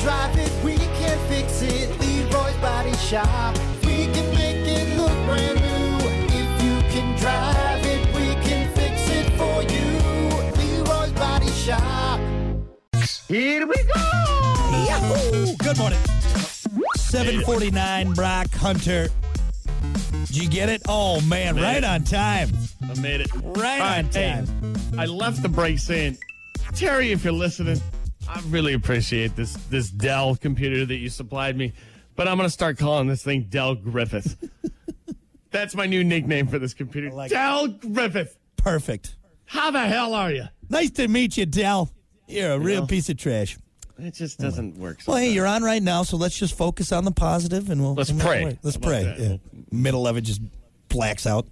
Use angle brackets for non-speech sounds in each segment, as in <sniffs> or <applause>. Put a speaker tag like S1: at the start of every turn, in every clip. S1: drive it, we can fix it. Leroy's Body Shop. We can make it look brand new. If you can drive it, we can fix it for you. Leroy's Body Shop. Here we go!
S2: Yahoo! Good morning. 749 Brock Hunter. Did you get it? Oh, man,
S3: Made
S2: right
S3: it.
S2: on time.
S3: I made it.
S2: Right
S3: All right,
S2: on
S3: hey,
S2: time.
S3: I left the breaks in. Terry, if you're listening, I really appreciate this this Dell computer that you supplied me, but I'm gonna start calling this thing Dell
S2: <laughs>
S3: Griffith. That's my new nickname for this computer.
S2: like it.
S3: Dell Griffith.
S2: Perfect.
S3: How the hell are you?
S2: Nice to meet you, Dell. You're a real piece of trash.
S3: It just doesn't work.
S2: Well, hey,
S3: sometimes.
S2: you're on right now, so let's just focus on the positive and we'll
S3: Let's
S2: and we'll
S3: pray.
S2: work. Let's
S3: How about
S2: pray.
S3: that?
S2: Yeah. Middle of it just blacks out.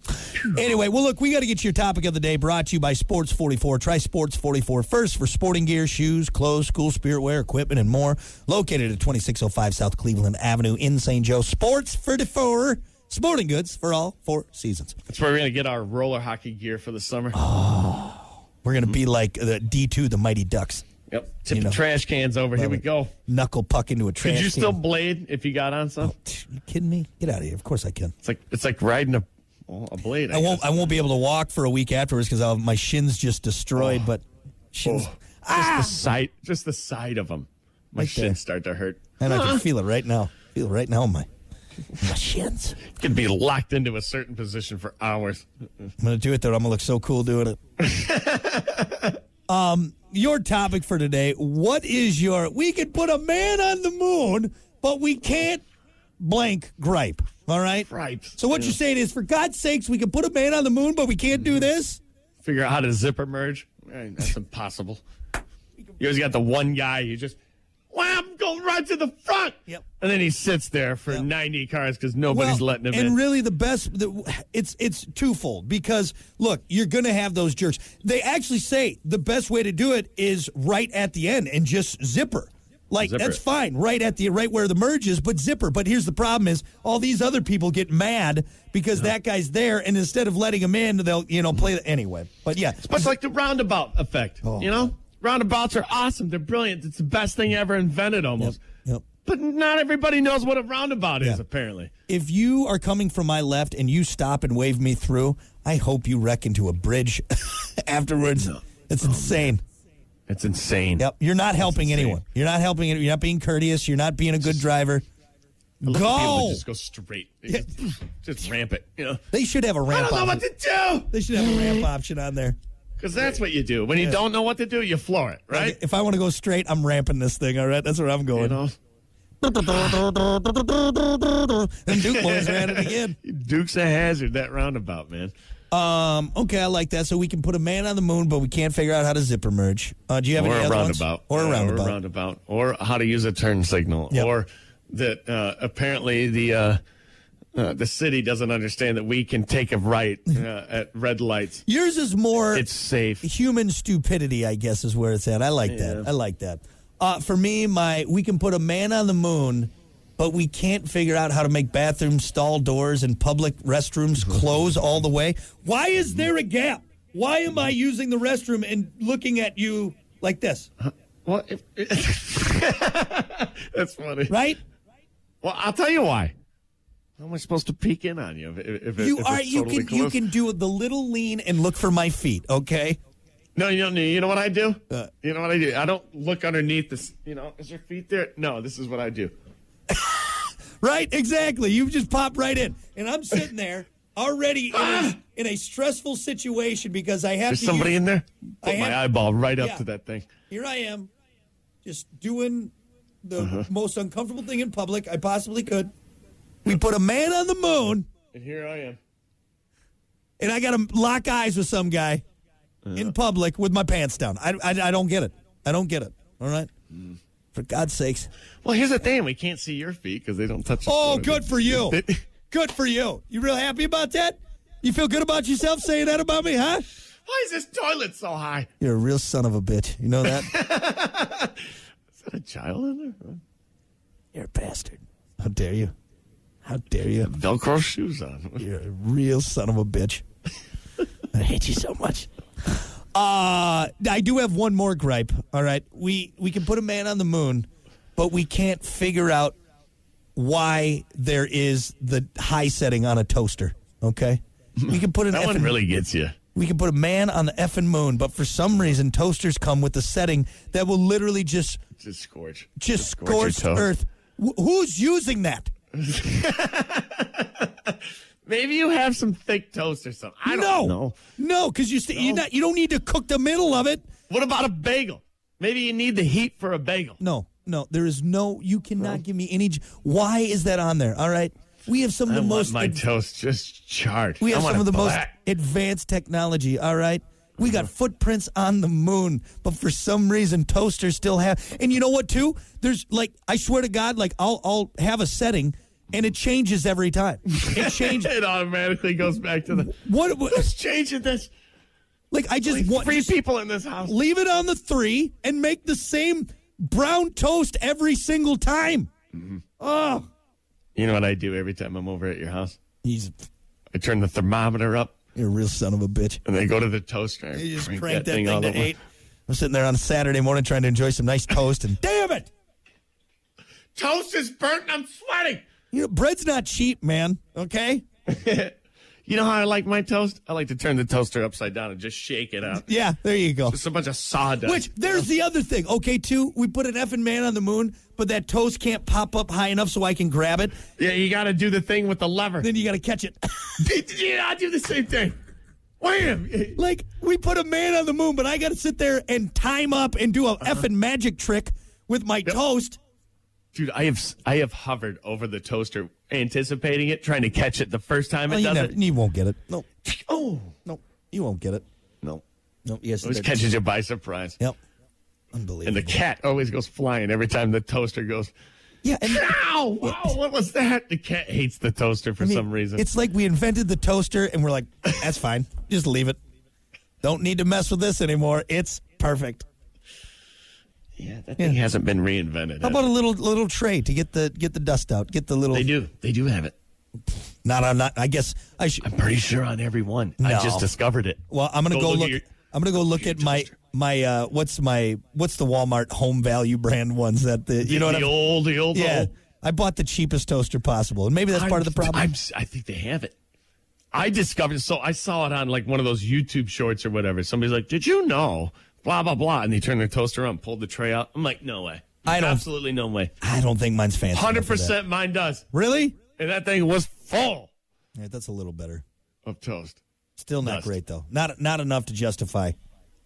S2: anyway, well, look, we got to get to your topic of the day brought to you by Sports 44. Try Sports 44 first for sporting gear, shoes, clothes, school spirit wear, equipment, and more. Located at 2605 South Cleveland Avenue in St. Joe. Sports 44, sporting goods for all four seasons.
S3: That's where we're gonna get our roller hockey gear for the summer.
S2: Oh, We're going to be like the D2, the Mighty Ducks.
S3: yep. Tip
S2: you
S3: the
S2: know.
S3: trash cans over. Here we
S2: it.
S3: go.
S2: Knuckle puck into a trash
S3: Could you still
S2: can.
S3: blade if you got on some?
S2: You kidding me? Get out of here. Of course I can.
S3: It's like it's like riding a well, a blade. I,
S2: I won't.
S3: guess.
S2: I won't be able to walk for a week afterwards because my shins just destroyed. But shins,
S3: the sight, just the sight of them. My
S2: Right
S3: shins
S2: there.
S3: start to hurt.
S2: and I can feel it right now. Feel it right now. in My my shins.
S3: Could be locked into a certain position for hours.
S2: I'm gonna do it though. I'm gonna look so cool doing it. um, your topic for today. What is your? We could put a man on the moon, but we can't blank gripe. All right.
S3: Gripes.
S2: So what you're saying is, for God's sakes, we can put a man on the moon, but we can't do this.
S3: Figure out how to zipper merge. Eh, That's impossible. You always got the one guy you just wham go right to the front.
S2: Yep.
S3: And then he sits there for
S2: Yep.
S3: 90 cars because nobody's
S2: Well,
S3: letting him
S2: and
S3: in.
S2: really, the best the, it's it's twofold because look, you're going to have those jerks. They actually say the best way to do it is right at the end and just zipper. Like
S3: Zipper
S2: that's
S3: it.
S2: fine, right at the right where the merge is, but zipper. But here's the problem: is all these other people get mad because that guy's there, and instead of letting him in, they'll you know play anyway. But yeah,
S3: Much like the roundabout effect.
S2: Oh.
S3: You know? Roundabouts are awesome. They're brilliant. It's the best thing ever invented almost.
S2: Yep.
S3: But not everybody knows what a roundabout is,
S2: Yeah.
S3: apparently.
S2: if you are coming from my left and you stop and wave me through, I hope you wreck into a bridge <laughs> afterwards. It's
S3: Oh,
S2: insane.
S3: It's insane.
S2: Yep. You're not helping
S3: insane.
S2: anyone. You're not helping. You're not being courteous. You're not being a good driver. Go.
S3: Just go straight. Just, just ramp it. You know?
S2: They should have a
S3: I
S2: ramp.
S3: don't know
S2: option.
S3: what to do
S2: They should have
S3: <laughs>
S2: a ramp option on there.
S3: because that's what you do when you don't know what to do. You floor it, right?
S2: If I want to go straight, I'm ramping this thing. All right, that's where I'm
S3: You
S2: going.
S3: know,
S2: And
S3: <laughs>
S2: Duke boys ran it again.
S3: Duke's a hazard that roundabout, man.
S2: Um, okay, I like that. So we can put a man on the moon, but we can't figure out how to zipper merge. Uh, do you have
S3: Or
S2: any
S3: a
S2: other ones?
S3: roundabout,
S2: Or a
S3: Yeah, or
S2: roundabout?
S3: a roundabout, or how to use a turn signal,
S2: Yep.
S3: or that uh, apparently the. Uh, uh, the city doesn't understand that we can take a
S2: <laughs>
S3: right uh, at red lights.
S2: Yours is more.
S3: It's safe.
S2: <laughs> human stupidity, I guess, is where it's at. I like that. I like that. Uh, for me, my we can put a man on the moon, but we can't figure out how to make bathroom stall doors and public restrooms
S3: Mhm.
S2: close all the way. Why is there a gap? Why am I using the restroom and looking at you like this?
S3: Well, if, <laughs> that's funny.
S2: Right?
S3: Well, I'll tell you why. How am I supposed to peek in on you? If, if, if,
S2: You
S3: if
S2: are
S3: it's
S2: you
S3: totally
S2: can you
S3: closed?
S2: can do the little lean and look for my feet. Okay.
S3: No, you don't. need- You know what I do?
S2: Uh.
S3: you know what I do? I don't look underneath this. You know, is your feet there? No, this is what I do.
S2: Right, exactly. You just pop right in, and I'm sitting there already in a, in a stressful situation because I have
S3: Ah! There's
S2: to.
S3: somebody
S2: use-
S3: in there.
S2: I
S3: Put my
S2: have-
S3: eyeball right
S2: Yeah.
S3: up to that thing.
S2: Here I am, just doing the most uncomfortable thing in public I possibly could. We put a man on the moon,
S3: And here I am.
S2: and I got to lock eyes with some guy in public with my pants down. I, I, I don't get it. I don't get it. All right. For God's sakes.
S3: Well, here's the thing: we can't see your feet because they don't touch. the
S2: Oh,
S3: floor.
S2: good for you. Good for you. You real happy about that? You feel good about yourself saying that about me, huh?
S3: Why is this toilet so high?
S2: You're a real son of a bitch. You know that?
S3: Is that a child in there?
S2: You're a bastard. How dare you? How dare you?
S3: Velcro shoes on.
S2: You're a real son of a bitch. I hate you so much. Uh I do have one more gripe. All right. We we can put a man on the moon, but we can't figure out why there is the high setting on a toaster. Okay, we can put an
S3: That
S2: effing-
S3: one really gets you.
S2: we can put a man on the effing moon, but for some reason toasters come with a setting that will literally just
S3: Just scorch.
S2: just
S3: scorch your
S2: scorch
S3: toast.
S2: earth. Wh- who's using that?
S3: Maybe you have some thick toast or something. I
S2: no,
S3: don't know.
S2: no, because you st- you're not you don't need to cook the middle of it.
S3: What about a bagel? Maybe you need the heat for a bagel.
S2: No, no, there is no. You cannot give me any. j- Why is that on there? All right, we have some of
S3: I
S2: the
S3: want
S2: most
S3: my
S2: ad-
S3: toast just charred.
S2: we
S3: I
S2: have
S3: want
S2: some of
S3: it
S2: the
S3: black. Mm-hmm.
S2: most advanced technology. All right, we got footprints on the moon, but for some reason toasters still have. And you know what? Too there's like I swear to God, like I'll I'll have a setting. And it changes every time.
S3: <laughs>
S2: It changes.
S3: It automatically goes back to the.
S2: what,
S3: Who's
S2: what?
S3: changing this?
S2: Like I just
S3: Like
S2: want
S3: three
S2: just-
S3: people in this house.
S2: leave it on the three and make the same brown toast every single time. Oh,
S3: You know what I do every time I'm over at your house?
S2: he's
S3: I turn the thermometer up
S2: you're a real son of a bitch.
S3: and then go to the toaster. And
S2: You just
S3: crank
S2: cranked that, thing,
S3: all
S2: to
S3: the way.
S2: eight. I'm sitting there on a Saturday morning trying to enjoy some nice
S3: <laughs>
S2: toast, and damn it,
S3: Toast is burnt and I'm sweating.
S2: you know bread's not cheap, man. Okay,
S3: You know how I like my toast? I like to turn the toaster upside down and just shake it out.
S2: yeah, there you go.
S3: It's a bunch of sawdust.
S2: Which there's the other thing. Okay, too, we put an effing man on the moon, but that toast can't pop up high enough so I can grab it.
S3: yeah, you got to do the thing with the lever.
S2: Then you got to catch it.
S3: <laughs>
S2: <laughs>
S3: yeah, I do the same thing. Wham!
S2: Like we put a man on the moon, but I got to sit there and time up and do a
S3: Uh-huh.
S2: effing magic trick with my toast.
S3: Dude, I have s- I have hovered over the toaster, anticipating it, trying to catch it the first time it
S2: you,
S3: doesn't.
S2: won't get it. No,
S3: <sniffs> Oh
S2: no, you won't get it.
S3: no!
S2: No, yes,
S3: Always
S2: there-
S3: catches you by surprise.
S2: Yep,
S3: And
S2: unbelievable.
S3: the cat always goes flying every time the toaster goes.
S2: yeah, and
S3: Ow! Wow! What was that? The cat hates the toaster for
S2: I mean,
S3: some reason.
S2: it's like we invented the toaster, and we're like, that's fine, just leave it. Don't need to mess with this anymore. It's perfect.
S3: yeah, that thing hasn't been reinvented.
S2: How about a little little tray to get the get the dust out? Get the little
S3: they do. They do have it.
S2: not on not. I guess I should.
S3: I'm pretty sure on every one. I
S2: No.
S3: just discovered it.
S2: Well, I'm gonna go,
S3: Go look
S2: look.
S3: at your-
S2: I'm gonna go look at my
S3: toaster.
S2: my uh, what's my what's the Walmart home value brand ones that the you know what
S3: the
S2: I'm,
S3: old, the old, the
S2: yeah.
S3: old.
S2: I bought the cheapest toaster possible, and maybe that's part of the problem.
S3: I'm, I think they have it. I discovered so I saw it on like one of those YouTube shorts or whatever. Somebody's like, "Did you know?" Blah blah blah, and they turned their toaster on, pulled the tray out. I'm like, "No way!
S2: I don't-
S3: absolutely no way.
S2: I don't think mine's fancy. enough
S3: Hundred
S2: for that.
S3: percent, mine does."
S2: Really?
S3: And that thing was full
S2: Yeah, that's a little better.
S3: of toast.
S2: Still not
S3: Dust.
S2: great though. Not not enough to justify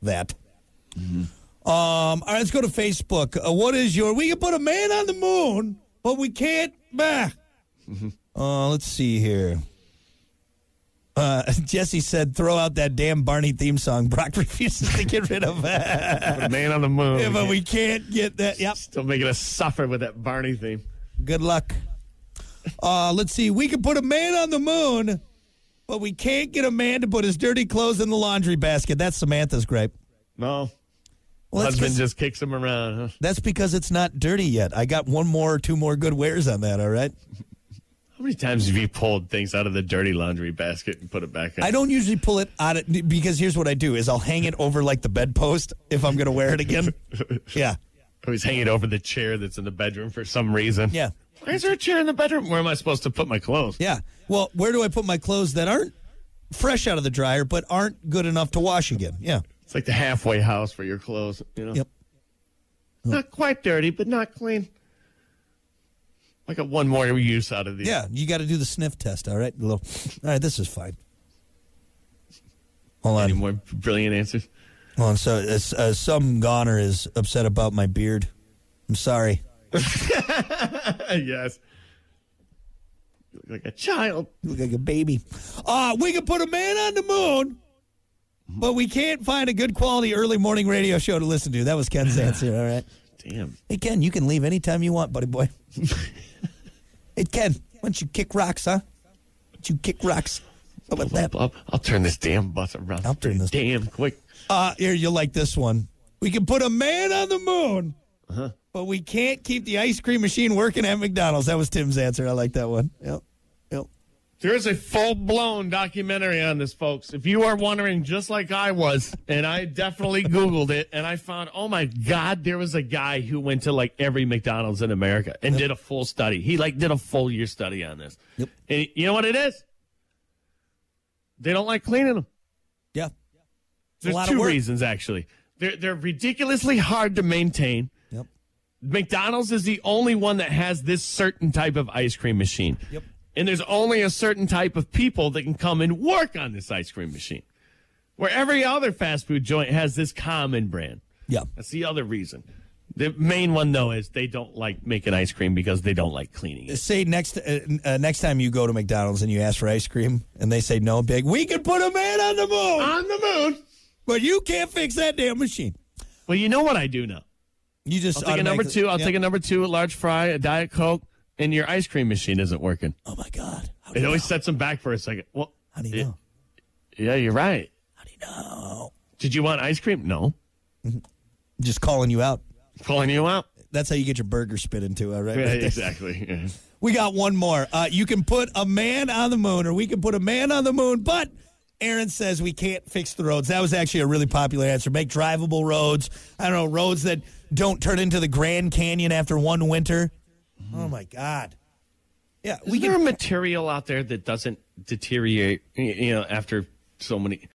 S2: that. Um. All right, let's go to Facebook. Uh, what is your? We can put a man on the moon, but we can't. Bah. Uh, let's see here. Uh, <laughs> Jesse said, "Throw out that damn Barney theme song." Brock <laughs> refuses to get rid of it,
S3: Put a man on the
S2: <laughs>
S3: moon.
S2: but we can't get that. Yep.
S3: Still making us suffer with that Barney theme.
S2: Good luck. Uh, let's see. We can put a man on the moon, but we can't get a man to put his dirty clothes in the laundry basket. That's Samantha's gripe.
S3: No,
S2: Well, that's,
S3: husband
S2: 'cause-
S3: just kicks him around. Huh?
S2: that's because it's not dirty yet. I got one more or two more good wears on that, all right?
S3: How many times have you pulled things out of the dirty laundry basket and put it back? In?
S2: I don't usually pull it out of, because here's what I do is I'll hang it over like the bedpost if I'm going to wear
S3: <laughs>
S2: it again. Yeah.
S3: Always Oh, hanging over the chair that's in the bedroom for some reason.
S2: Yeah.
S3: Why is there a chair in the bedroom? Where am I supposed to put my clothes?
S2: Yeah. Well, where do I put my clothes that aren't fresh out of the dryer but aren't good enough to wash again? Yeah.
S3: It's like the halfway house for your clothes. You know,
S2: Yep.
S3: not quite dirty, but not clean. I got one more use out of these.
S2: Yeah, you got to do the sniff test. All right, a little. All right, this is fine. Hold
S3: Any
S2: on,
S3: more brilliant answers? <laughs>
S2: hold on. So, uh, uh, some goner is upset about my beard. I'm sorry.
S3: yes. You look like a child.
S2: You look like a baby. Uh, we can put a man on the moon, but we can't find a good quality early morning radio show to listen to. That was Ken's answer. All right.
S3: Damn.
S2: Hey Ken, you can leave anytime you want, buddy boy. hey Ken, why don't you kick rocks, huh? Why don't you kick rocks? How about that?
S3: I'll, I'll turn this damn bus around.
S2: I'll turn this-
S3: damn quick.
S2: Uh, here, you'll like this one. We can put a man on the moon, but we can't keep the ice cream machine working at McDonald's. That was Tim's answer. I like that one. Yep. Yep.
S3: There is a full blown documentary on this, folks. If you are wondering, just like I was, and I definitely Googled it, and I found, oh my God, there was a guy who went to like every McDonald's in America and did a full study. He like did a full year study on this.
S2: Yep.
S3: And you know what it is? They don't like cleaning them.
S2: Yeah. It's
S3: There's two reasons, actually. They're, they're ridiculously hard to maintain.
S2: Yep.
S3: McDonald's is the only one that has this certain type of ice cream machine.
S2: Yep.
S3: And there's only a certain type of people that can come and work on this ice cream machine. Where every other fast food joint has this common brand.
S2: Yeah.
S3: That's the other reason. The main one though is they don't like making ice cream because they don't like cleaning it.
S2: Say next uh, uh, next time you go to McDonald's and you ask for ice cream and they say no, big. We can put a man on the moon,
S3: On the moon.
S2: but you can't fix that damn machine.
S3: Well, you know what I do now.
S2: You just
S3: I'll take a number
S2: automatically-
S3: two. I'll
S2: Yeah.
S3: take a number two, a large fry, a diet coke, and your ice cream machine isn't working.
S2: Oh my god! How do
S3: It
S2: you
S3: always
S2: know?
S3: sets them back for a second. Well,
S2: How do you know?
S3: yeah, you're right.
S2: How do you know?
S3: Did you want ice cream? No.
S2: Just calling you out.
S3: Calling you out. <laughs>
S2: That's how you get your burger spit into it, right?
S3: Yeah,
S2: Right there.
S3: exactly. Yeah.
S2: We got one more. Uh, you can put a man on the moon, or we can put a man on the moon, but Aaron says we can't fix the roads. That was actually a really popular answer. Make drivable roads. I don't know, roads that don't turn into the Grand Canyon after one winter. Oh, my God. Yeah, we
S3: Is there
S2: can.
S3: a material out there that doesn't deteriorate, y- you know, after so many?